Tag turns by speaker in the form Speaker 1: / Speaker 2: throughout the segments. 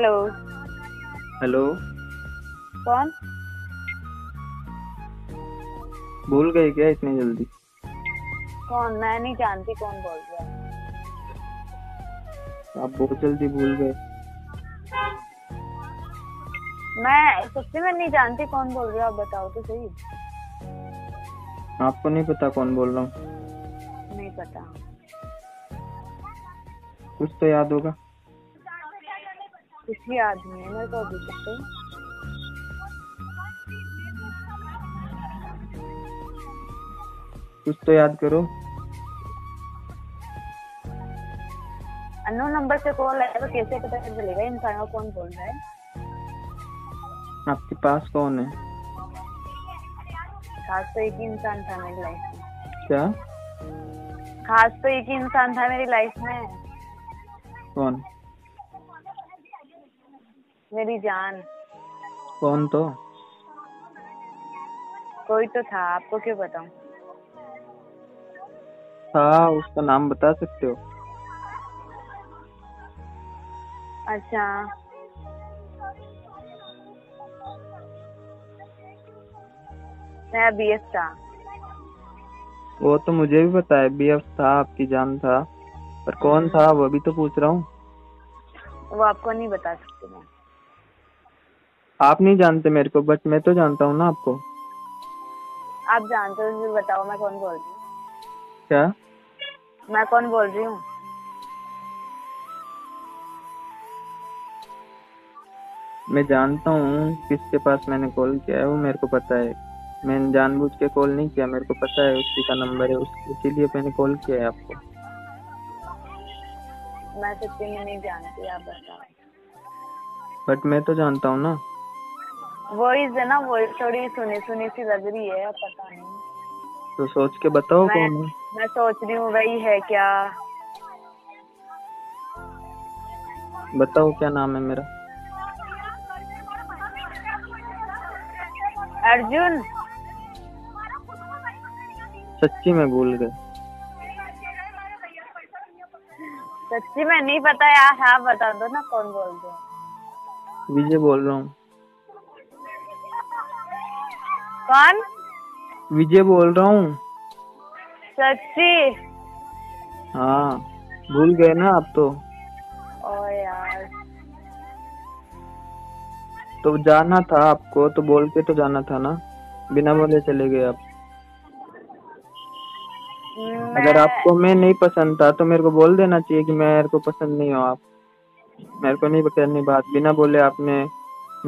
Speaker 1: Hello
Speaker 2: hello
Speaker 1: कौन
Speaker 2: भूल गए क्या इतनी जल्दी
Speaker 1: कौन मैं नहीं जानती कौन बोल रहा है
Speaker 2: आप बहुत जल्दी भूल गए
Speaker 1: मैं सच्ची में नहीं जानती कौन बोल रहा है आप बताओ तो सही
Speaker 2: आपको नहीं पता कौन बोल रहा हूँ
Speaker 1: नहीं पता
Speaker 2: कुछ तो याद होगा
Speaker 1: कुछ भी आदमी है मेरे को अभी तक तो
Speaker 2: कुछ तो याद करो
Speaker 1: अननोन नंबर से कॉल आया तो कैसे पता चलेगा इंसान का कौन बोल रहा है
Speaker 2: आपके पास कौन है
Speaker 1: खास तो एक ही इंसान था मेरी लाइफ में
Speaker 2: क्या
Speaker 1: खास तो एक ही इंसान था मेरी लाइफ में
Speaker 2: कौन
Speaker 1: मेरी जान
Speaker 2: कौन तो
Speaker 1: कोई तो था आपको क्यों बताऊं
Speaker 2: हाँ उसका नाम बता सकते हो
Speaker 1: अच्छा मैं बी था
Speaker 2: वो तो मुझे भी पता है बी था आपकी जान था पर कौन था वो भी तो पूछ रहा हूँ
Speaker 1: वो आपको नहीं बता सकती मैं
Speaker 2: आप नहीं जानते मेरे को बट मैं तो जानता हूँ ना आपको
Speaker 1: आप जानते हो फिर बताओ मैं कौन बोल रही हूँ
Speaker 2: क्या
Speaker 1: मैं कौन बोल रही हूँ
Speaker 2: मैं जानता हूँ किसके पास मैंने कॉल किया है वो मेरे को पता है मैंने जानबूझ के कॉल नहीं किया मेरे को पता है उसी का नंबर है उस इसीलिए मैंने कॉल किया है आपको
Speaker 1: मैं सच्ची में नहीं जानती आप बताओ
Speaker 2: बट मैं तो जानता हूँ ना
Speaker 1: वॉइस है ना वॉइस थोड़ी सुनी सुनी सी लग रही है अब पता नहीं
Speaker 2: तो सोच के बताओ
Speaker 1: मैं
Speaker 2: कौन है
Speaker 1: मैं सोच रही हूँ वही है क्या
Speaker 2: बताओ क्या नाम है मेरा
Speaker 1: अर्जुन
Speaker 2: सच्ची में भूल गए
Speaker 1: सच्ची में नहीं पता यार आप बता दो ना कौन बोल रहे हो
Speaker 2: विजय बोल रहा हूँ
Speaker 1: कौन
Speaker 2: विजय बोल रहा हूँ
Speaker 1: सच्ची
Speaker 2: हाँ भूल गए ना आप तो
Speaker 1: ओ यार
Speaker 2: तो जाना था आपको तो बोल के तो जाना था ना बिना बोले चले गए आप
Speaker 1: मैं-
Speaker 2: अगर आपको मैं नहीं पसंद था तो मेरे को बोल देना चाहिए कि मेरे को पसंद नहीं हो आप मेरे को नहीं करनी बात बिना बोले आपने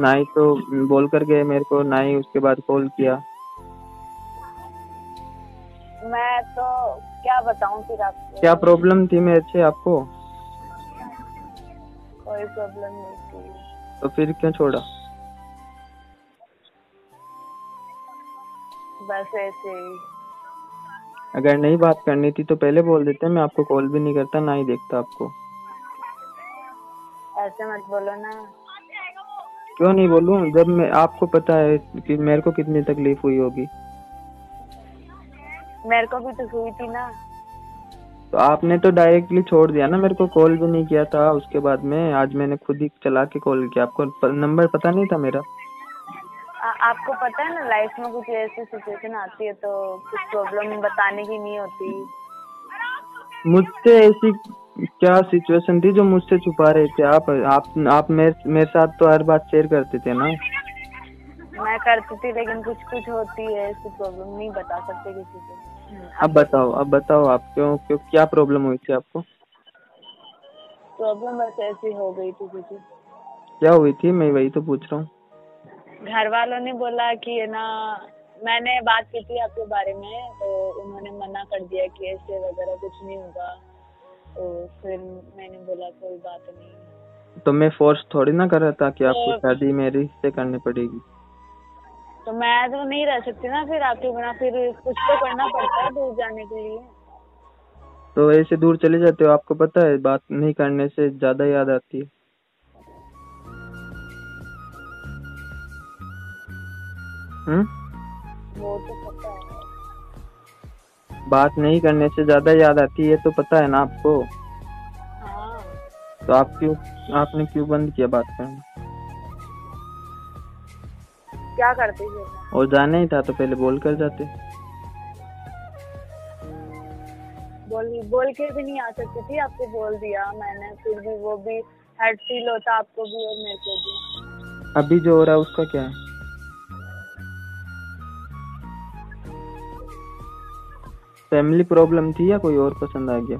Speaker 2: ना ही तो बोल कर गए मेरे को ना ही उसके बाद कॉल किया
Speaker 1: मैं तो क्या बताऊं फिर आपको
Speaker 2: क्या प्रॉब्लम थी मेरे से आपको
Speaker 1: कोई प्रॉब्लम नहीं थी
Speaker 2: तो फिर क्यों छोड़ा
Speaker 1: बस ऐसे ही
Speaker 2: अगर नहीं बात करनी थी तो पहले बोल देते मैं आपको कॉल भी नहीं करता ना ही देखता आपको
Speaker 1: ऐसे मत बोलो ना
Speaker 2: क्यों नहीं बोलूं जब मैं आपको पता है कि मेरे को कितनी तकलीफ हुई होगी
Speaker 1: मेरे को भी तो हुई थी ना
Speaker 2: तो आपने तो डायरेक्टली छोड़ दिया ना मेरे को कॉल भी नहीं किया था उसके बाद में आज मैंने खुद ही चला के कॉल किया आपको प- नंबर पता नहीं था मेरा
Speaker 1: आ, आपको पता है ना लाइफ में कुछ ऐसी सिचुएशन आती है तो कुछ प्रॉब्लम बताने की नहीं होती
Speaker 2: मुझसे ऐसी क्या सिचुएशन थी जो मुझसे छुपा रहे थे आप आप आप मेरे मेरे साथ तो हर बात शेयर करते थे ना
Speaker 1: मैं करती थी लेकिन कुछ कुछ होती है ऐसी प्रॉब्लम नहीं बता सकते किसी को हम्म,
Speaker 2: अब बताओ अब बताओ आप क्यों क्यों क्या प्रॉब्लम हुई थी आपको
Speaker 1: प्रॉब्लम बस ऐसी हो गई थी कुछ
Speaker 2: क्या हुई थी मैं वही तो पूछ रहा हूँ
Speaker 1: घर वालों ने बोला कि है ना मैंने बात की थी आपके बारे में तो उन्होंने मना कर दिया कि ऐसे वगैरह कुछ नहीं होगा तो फिर मैंने बोला कोई बात नहीं
Speaker 2: तो मैं फोर्स थोड़ी ना कर रहा था कि आपको
Speaker 1: तो-
Speaker 2: शादी मेरी से करनी पड़ेगी
Speaker 1: तो मैं तो नहीं रह सकती ना फिर आपके बिना फिर कुछ तो करना पड़ता है दूर जाने के लिए
Speaker 2: तो ऐसे दूर चले जाते हो आपको पता है बात नहीं करने से ज्यादा याद आती है हम्म
Speaker 1: वो तो पता है
Speaker 2: बात नहीं करने से ज्यादा याद आती है तो पता है ना आपको
Speaker 1: हाँ
Speaker 2: तो आप क्यों आपने क्यों बंद किया बात करना
Speaker 1: क्या करते थे
Speaker 2: और जाना ही था तो पहले बोल कर जाते
Speaker 1: बोल बोल के भी नहीं आ सकती थी आपको बोल दिया मैंने फिर भी वो भी हर्ट फील होता आपको भी और मेरे को भी
Speaker 2: अभी जो हो रहा है उसका क्या है फैमिली प्रॉब्लम थी या कोई और पसंद आ गया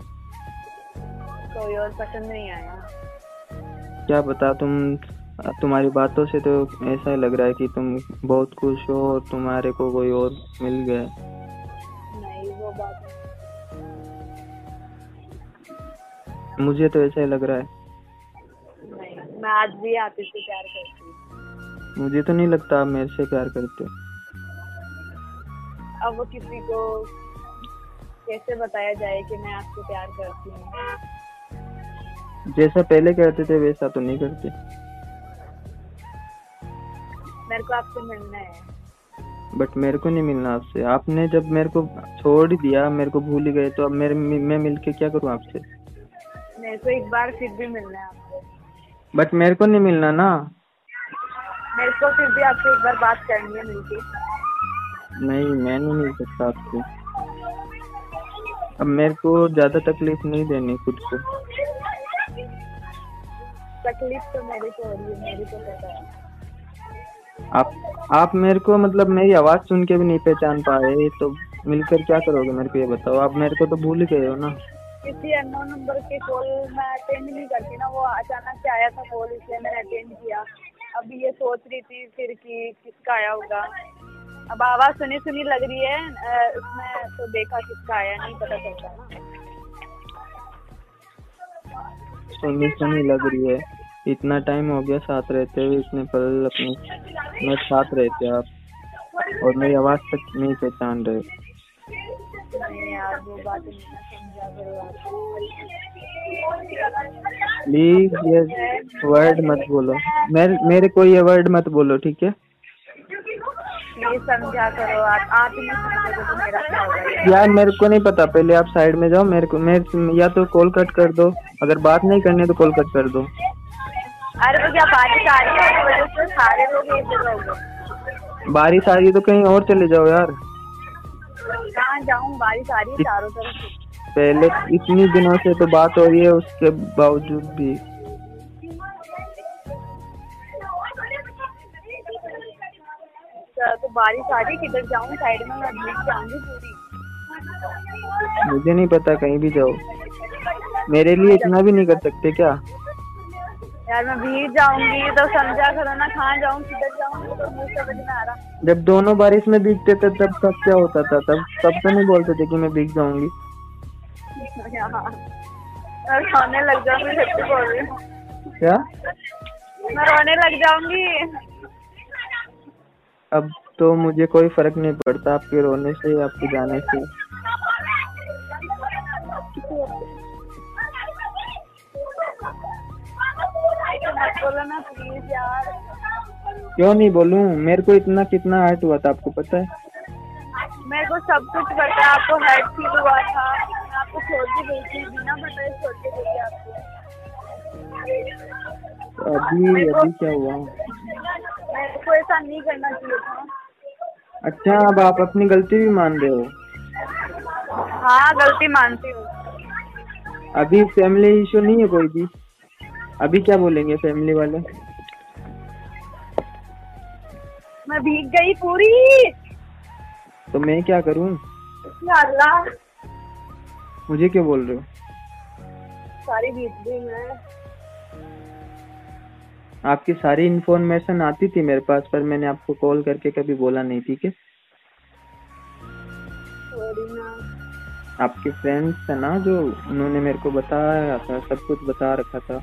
Speaker 1: कोई और पसंद नहीं आया
Speaker 2: क्या पता तुम तुम्हारी बातों से तो ऐसा लग रहा है कि तुम बहुत खुश हो और तुम्हारे को कोई और मिल गया है।
Speaker 1: नहीं वो बात नहीं।
Speaker 2: मुझे तो ऐसा ही लग रहा है
Speaker 1: नहीं मैं आज भी आप इससे प्यार करती हूँ
Speaker 2: मुझे तो नहीं लगता आप मेरे से प्यार करते हो
Speaker 1: अब वो किसी को कैसे बताया जाए कि मैं आपसे प्यार करती हूँ
Speaker 2: जैसा पहले करते थे वैसा तो नहीं करते
Speaker 1: मेरे को आपसे मिलना है
Speaker 2: बट मेरे को नहीं मिलना आपसे आपने जब मेरे को छोड़ ही दिया मेरे को भूल ही गए तो अब मेरे मैं मिल के क्या करूँ आपसे
Speaker 1: मेरे को एक बार फिर भी मिलना है आपको
Speaker 2: बट मेरे को नहीं मिलना ना
Speaker 1: मेरे को फिर भी आपसे एक बार बात करनी है मिलके
Speaker 2: नहीं मैं नहीं मिल सकता आपसे अब मेरे को ज़्यादा तकलीफ नहीं देनी खुद को
Speaker 1: तकलीफ तो मेरे को हो रही है मेरे को पता है
Speaker 2: आप आप मेरे को मतलब मेरी आवाज़ सुन के भी नहीं पहचान पा रहे तो मिलकर क्या करोगे मेरे को ये बताओ आप मेरे को तो भूल ही गए हो ना
Speaker 1: किसी अननोन नंबर के कॉल मैं अटेंड नहीं करती ना वो अचानक से आया था कॉल इसलिए मैंने अटेंड किया अब ये सोच रही थी फिर कि किसका आया होगा अब आवाज़ सुनी सुनी लग रही है अ, उसमें तो देखा किसका आया नहीं पता चलता ना
Speaker 2: सुनी सुनी लग रही है इतना टाइम हो गया साथ रहते हुए इतने पल अपने मेरे साथ रहते आप और मेरी आवाज़ तक नहीं पहचान रहे
Speaker 1: नहीं यार वो बात नहीं मैं समझा करो आप।
Speaker 2: प्लीज ये वर्ड मत बोलो मेरे मेरे को ये वर्ड मत बोलो ठीक है
Speaker 1: प्लीज समझा करो आप आप ही नहीं समझोगे तो मेरा क्या होगा
Speaker 2: यार मेरे को नहीं पता पहले आप साइड में जाओ मेरे को मेरे या तो कॉल कट कर दो अगर बात नहीं करनी है तो कॉल कट कर दो
Speaker 1: अरे वो क्या बारिश आ रही है उसकी वजह से सारे लोग एक जगह हो गए
Speaker 2: बारिश आ रही है तो कहीं और चले जाओ यार
Speaker 1: कहाँ जाऊँ बारिश आ रही है चारों तरफ से।
Speaker 2: पहले इतनी दिनों से तो बात हो रही है उसके बावजूद भी
Speaker 1: तो- तो बारिश आ रही है, किधर जाऊँ साइड में मैं भीग जाऊंगी पूरी
Speaker 2: मुझे नहीं पता कहीं भी जाओ मेरे लिए इतना भी नहीं कर सकते क्या
Speaker 1: यार मैं भीग जाऊंगी तो समझा करो ना कहाँ जाऊँ किधर जाऊँ तो मुझे समझ में आ रहा
Speaker 2: जब दोनों बारिश में भीगते थे तब सब क्या होता था तब तब तो नहीं बोलते थे कि मैं भीग जाऊंगी
Speaker 1: मैं रोने लग जाऊंगी सच्ची बोल रही हूँ
Speaker 2: क्या
Speaker 1: मैं रोने लग जाऊंगी
Speaker 2: अब तो मुझे कोई फर्क नहीं पड़ता आपके रोने से या आपके जाने से
Speaker 1: मत बोलो ना प्लीज यार
Speaker 2: क्यों नहीं बोलूं मेरे को इतना कितना हर्ट हुआ था आपको पता है
Speaker 1: मेरे को सब कुछ पता है आपको हर्ट फील हुआ था मैं आपको छोड़ के गई थी बिना बताए छोड़ के गई थी आपको
Speaker 2: तो अभी अभी क्या हुआ
Speaker 1: मेरे को ऐसा नहीं करना चाहिए था
Speaker 2: अच्छा अब आप अपनी गलती भी मान रहे हो
Speaker 1: हाँ गलती मानती हूँ
Speaker 2: अभी फैमिली इशू नहीं है कोई भी अभी क्या बोलेंगे फैमिली वाले
Speaker 1: मैं भीग गई पूरी
Speaker 2: तो मैं क्या करूं
Speaker 1: या अल्लाह
Speaker 2: मुझे क्यों बोल रहे हो
Speaker 1: सारी भीग गई मैं
Speaker 2: आपकी सारी इन्फॉर्मेशन आती थी मेरे पास पर मैंने आपको कॉल करके कभी बोला नहीं ठीक है
Speaker 1: सॉरी ना
Speaker 2: आपके फ्रेंड्स थे ना जो उन्होंने मेरे को बताया था सब कुछ बता रखा था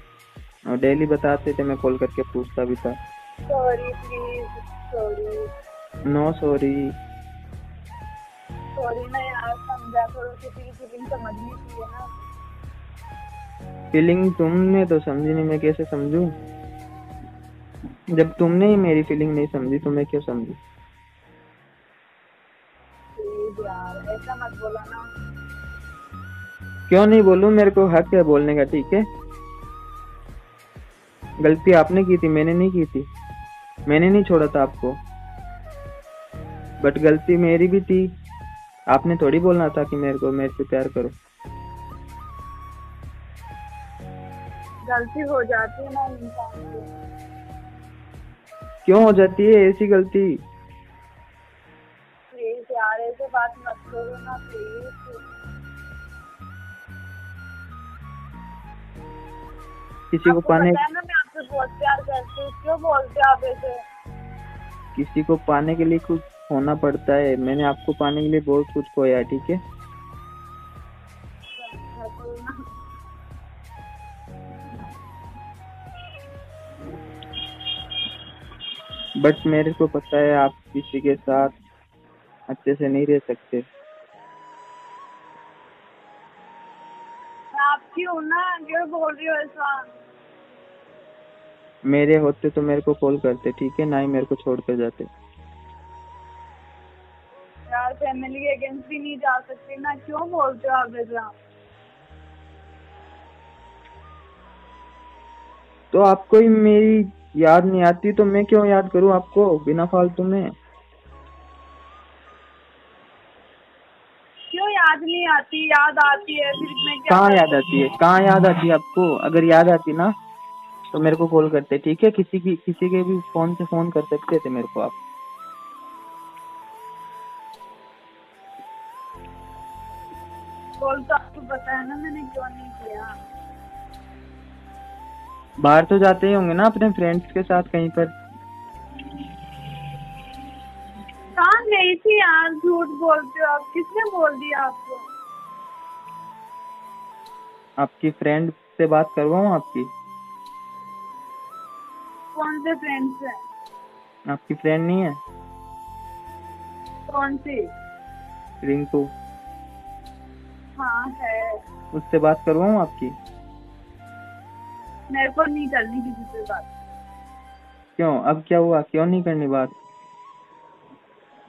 Speaker 2: और डेली बताते थे मैं कॉल करके पूछता भी था
Speaker 1: sorry please sorry
Speaker 2: no sorry
Speaker 1: sorry ना यार समझा करो किसी की फीलिंग समझनी चाहिए ना
Speaker 2: फीलिंग तुमने तो समझी नहीं मैं कैसे समझूं जब तुमने ही मेरी फीलिंग नहीं समझी तो मैं क्यों समझूं
Speaker 1: प्लीज यार ऐसा मत बोलो ना
Speaker 2: क्यों नहीं बोलूं मेरे को हक है बोलने का ठीक है गलती आपने की थी मैंने नहीं की थी मैंने नहीं छोड़ा था आपको बट गलती मेरी भी थी आपने थोड़ी बोलना था कि मेरे को मेरे से प्यार करो
Speaker 1: गलती हो जाती है ना इंसान से
Speaker 2: क्यों हो जाती है ऐसी गलती
Speaker 1: प्लीज यार ऐसे बात मत करो ना प्लीज
Speaker 2: किसी को पाने
Speaker 1: ना मैं आपसे बहुत प्यार करती हूँ क्यों बोलते हो आप ऐसे
Speaker 2: किसी को पाने के लिए कुछ होना पड़ता है मैंने आपको पाने के लिए बहुत कुछ खोया ठीक है
Speaker 1: अच्छा, तो ना।
Speaker 2: बट मेरे को पता है आप किसी के साथ अच्छे से नहीं रह सकते
Speaker 1: मैं आपकी हूँ ना क्यों बोल रही हो ऐसा
Speaker 2: मेरे होते तो मेरे को कॉल करते ठीक है ना ही मेरे को छोड़ कर जाते
Speaker 1: यार फैमिली के अगेंस्ट भी नहीं जा सकती ना क्यों बोलते हो आप ऐसा
Speaker 2: तो आपको ही मेरी याद नहीं आती तो मैं क्यों याद करूं आपको बिना फालतू में
Speaker 1: क्यों याद नहीं आती याद आती है फिर मैं क्या
Speaker 2: कहाँ याद आती है कहाँ याद आती है आपको अगर याद आती ना तो मेरे को कॉल करते ठीक है किसी की किसी के भी फोन से फोन कर सकते थे मेरे को आप
Speaker 1: बोल तो आपको पता है ना मैंने क्यों नहीं किया
Speaker 2: बाहर तो जाते ही होंगे ना अपने फ्रेंड्स के साथ कहीं पर
Speaker 1: कहाँ गई थी यार झूठ बोलते हो आप किसने बोल दिया आपको
Speaker 2: आपकी फ्रेंड से बात करवाऊँ आपकी
Speaker 1: कौन से फ्रेंड से
Speaker 2: आपकी फ्रेंड नहीं है
Speaker 1: कौन सी
Speaker 2: रिंकू
Speaker 1: हाँ है
Speaker 2: उससे बात करवाऊँ आपकी
Speaker 1: मेरे को नहीं करनी किसी से बात
Speaker 2: क्यों अब क्या हुआ क्यों नहीं करनी बात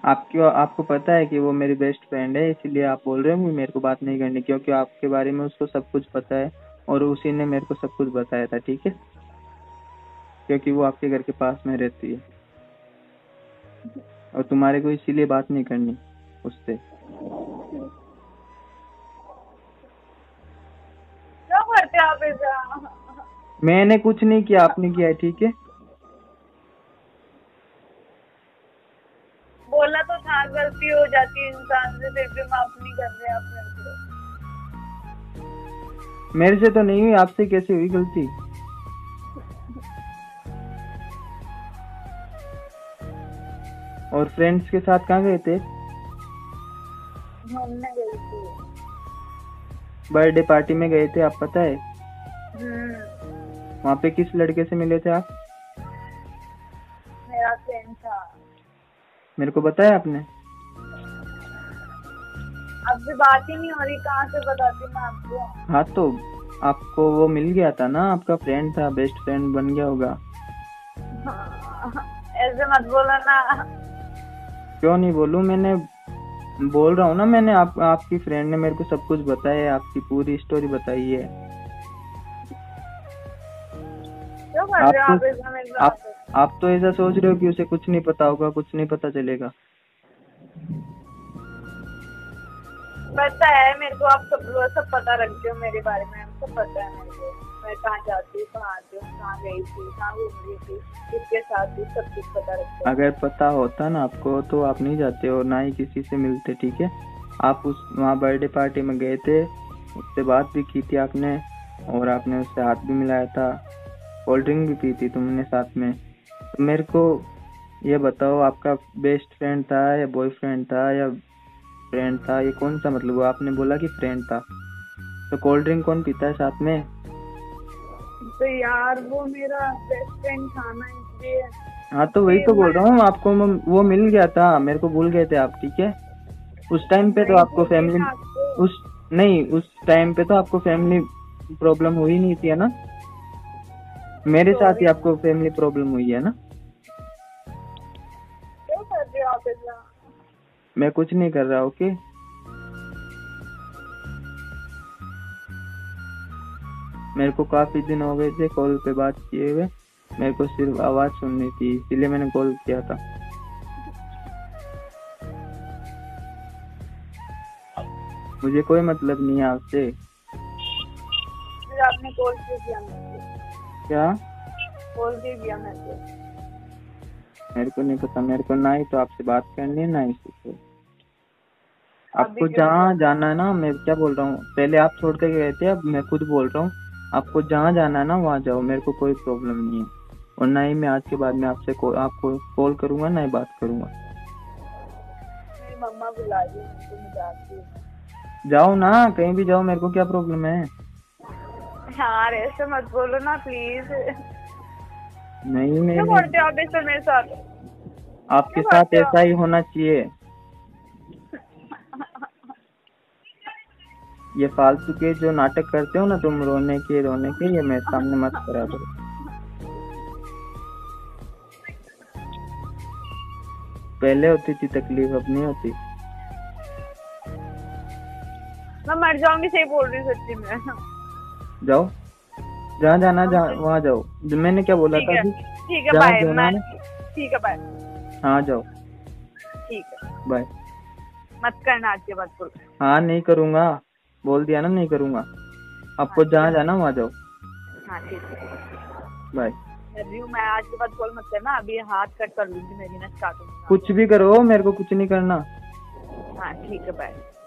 Speaker 2: आपको आपको पता है कि वो मेरी बेस्ट फ्रेंड है इसीलिए आप बोल रहे हो कि मेरे को बात नहीं करनी क्योंकि आपके बारे में उसको सब कुछ पता है और उसी ने मेरे को सब कुछ बताया था ठीक है क्योंकि वो आपके घर के पास में रहती है और तुम्हारे को इसीलिए बात नहीं करनी उससे
Speaker 1: क्यों करते हो आप ऐसा
Speaker 2: मैंने कुछ नहीं किया आपने किया है ठीक है
Speaker 1: बोला तो था गलती हो जाती है इंसान से फिर भी माफ नहीं कर रहे आप मेरे को
Speaker 2: मेरे से तो नहीं हुई आपसे कैसे हुई गलती और फ्रेंड्स के साथ कहाँ गए थे
Speaker 1: घूमने गई थी
Speaker 2: बर्थडे पार्टी में गए थे आप पता है
Speaker 1: हम्म
Speaker 2: वहाँ पे किस लड़के से मिले थे आप
Speaker 1: मेरा फ्रेंड था
Speaker 2: मेरे को बताया आपने
Speaker 1: अब भी बात ही नहीं हो रही कहाँ से बताती मैं आपको
Speaker 2: हाँ तो आपको वो मिल गया था ना आपका फ्रेंड था बेस्ट फ्रेंड बन गया होगा
Speaker 1: हाँ, ऐसे मत बोलो ना
Speaker 2: क्यों नहीं बोलूँ मैंने बोल रहा हूँ ना मैंने आप आपकी फ्रेंड ने मेरे को सब कुछ बताया है आपकी पूरी स्टोरी बताई है
Speaker 1: क्यों कर रहे हो आप
Speaker 2: आपको-
Speaker 1: ऐसा मेरे
Speaker 2: आप
Speaker 1: साथ
Speaker 2: आप तो ऐसा सोच रहे हो कि उसे कुछ नहीं पता होगा कुछ नहीं पता चलेगा
Speaker 1: पता है मेरे को आप सब लोग सब पता रखते हो मेरे बारे में सब पता है मेरे को मैं कहाँ जाती हूँ कहाँ आती हूँ कहाँ गई थी कहाँ घूम रही थी किसके साथ थी सब कुछ पता रखते हो
Speaker 2: अगर पता होता ना आपको तो आप नहीं जाते और ना ही किसी से मिलते ठीक है आप उस वहाँ बर्थडे पार्टी में गए थे उससे बात भी की थी आपने और आपने उससे हाथ भी मिलाया था कोल्ड ड्रिंक भी पी थी तुमने साथ में तो मेरे को ये बताओ आपका बेस्ट फ्रेंड था या बॉयफ्रेंड था या फ्रेंड था ये कौन सा मतलब हुआ? आपने बोला कि फ्रेंड था तो कोल्ड ड्रिंक कौन पीता है साथ में
Speaker 1: तो यार वो मेरा बेस्ट फ्रेंड था ना इसलिए
Speaker 2: हाँ तो वही तो बोल रहा हूँ आपको म- वो मिल गया था मेरे को भूल गए थे आप ठीक है उस टाइम पे तो
Speaker 1: मैं
Speaker 2: आपको
Speaker 1: बोल रही
Speaker 2: फैमिली
Speaker 1: हूँ आपको।
Speaker 2: उस नहीं उस टाइम पे तो आपको फैमिली प्रॉब्लम हुई नहीं थी है ना मेरे साथ ही आपको फैमिली प्रॉब्लम हुई है ना
Speaker 1: क्यों कर रहे हो आप ऐसा
Speaker 2: मैं कुछ नहीं कर रहा ओके मेरे को काफी दिन हो गए थे कॉल पे बात किए हुए मेरे को सिर्फ आवाज़ सुननी थी इसीलिए मैंने कॉल किया था मुझे कोई मतलब नहीं है आपसे
Speaker 1: फिर आपने कॉल क्यों किया मुझे
Speaker 2: क्या
Speaker 1: कॉल क्यों किया मैसेज
Speaker 2: मेरे को नहीं पता मेरे को ना ही तो आपसे बात करनी है ना ही कुछ आपको
Speaker 1: क्यों-
Speaker 2: जहाँ जाना है ना मैं क्या बोल रहा हूँ पहले आप छोड़ के गए थे अब मैं खुद बोल रहा हूँ आपको जहाँ जाना है ना वहाँ जाओ मेरे को कोई प्रॉब्लम नहीं है और ना ही मैं आज के बाद में आपसे को, आपको कॉल करूँगा ना ही बात करूँगा
Speaker 1: मेरी मम्मा बुला रही है मुझे मैं जाती हूँ
Speaker 2: जाओ ना कहीं भी जाओ मेरे को क्या प्रॉब्लम है
Speaker 1: यार ऐसे मत बोलो ना प्लीज क्यों
Speaker 2: नहीं नहीं नहीं।
Speaker 1: करते हो आप ऐसे मेरे साथ
Speaker 2: आपके
Speaker 1: क्यों
Speaker 2: साथ
Speaker 1: करते हो?
Speaker 2: ऐसा ही होना चाहिए ये फालतू के जो नाटक करते हो ना तुम रोने के रोने के ये मेरे सामने मत करा करो पहले होती थी तकलीफ अब नहीं होती
Speaker 1: मैं मर जाऊंगी सही बोल रही हूँ सच्ची में
Speaker 2: जाओ जहाँ जाना जा वहाँ जाओ जो मैंने क्या बोला
Speaker 1: ठीक
Speaker 2: था
Speaker 1: है
Speaker 2: अभी
Speaker 1: ठीक है
Speaker 2: जाओ,
Speaker 1: बाय
Speaker 2: जाना
Speaker 1: मैं
Speaker 2: है
Speaker 1: ठीक है बाय
Speaker 2: हाँ जाओ
Speaker 1: ठीक है
Speaker 2: बाय
Speaker 1: मत करना आज के बाद बोल
Speaker 2: हाँ नहीं करूँगा बोल दिया ना नहीं करूँगा आपको जहाँ जाना वहाँ जाओ
Speaker 1: हाँ ठीक है
Speaker 2: बाय
Speaker 1: कर रही हूँ मैं आज के बाद कॉल मत करना अभी हाथ कट कर लूंगी मेरी ना स्टार्ट
Speaker 2: कुछ भी करो मेरे को कुछ नहीं करना
Speaker 1: हाँ ठीक है बाय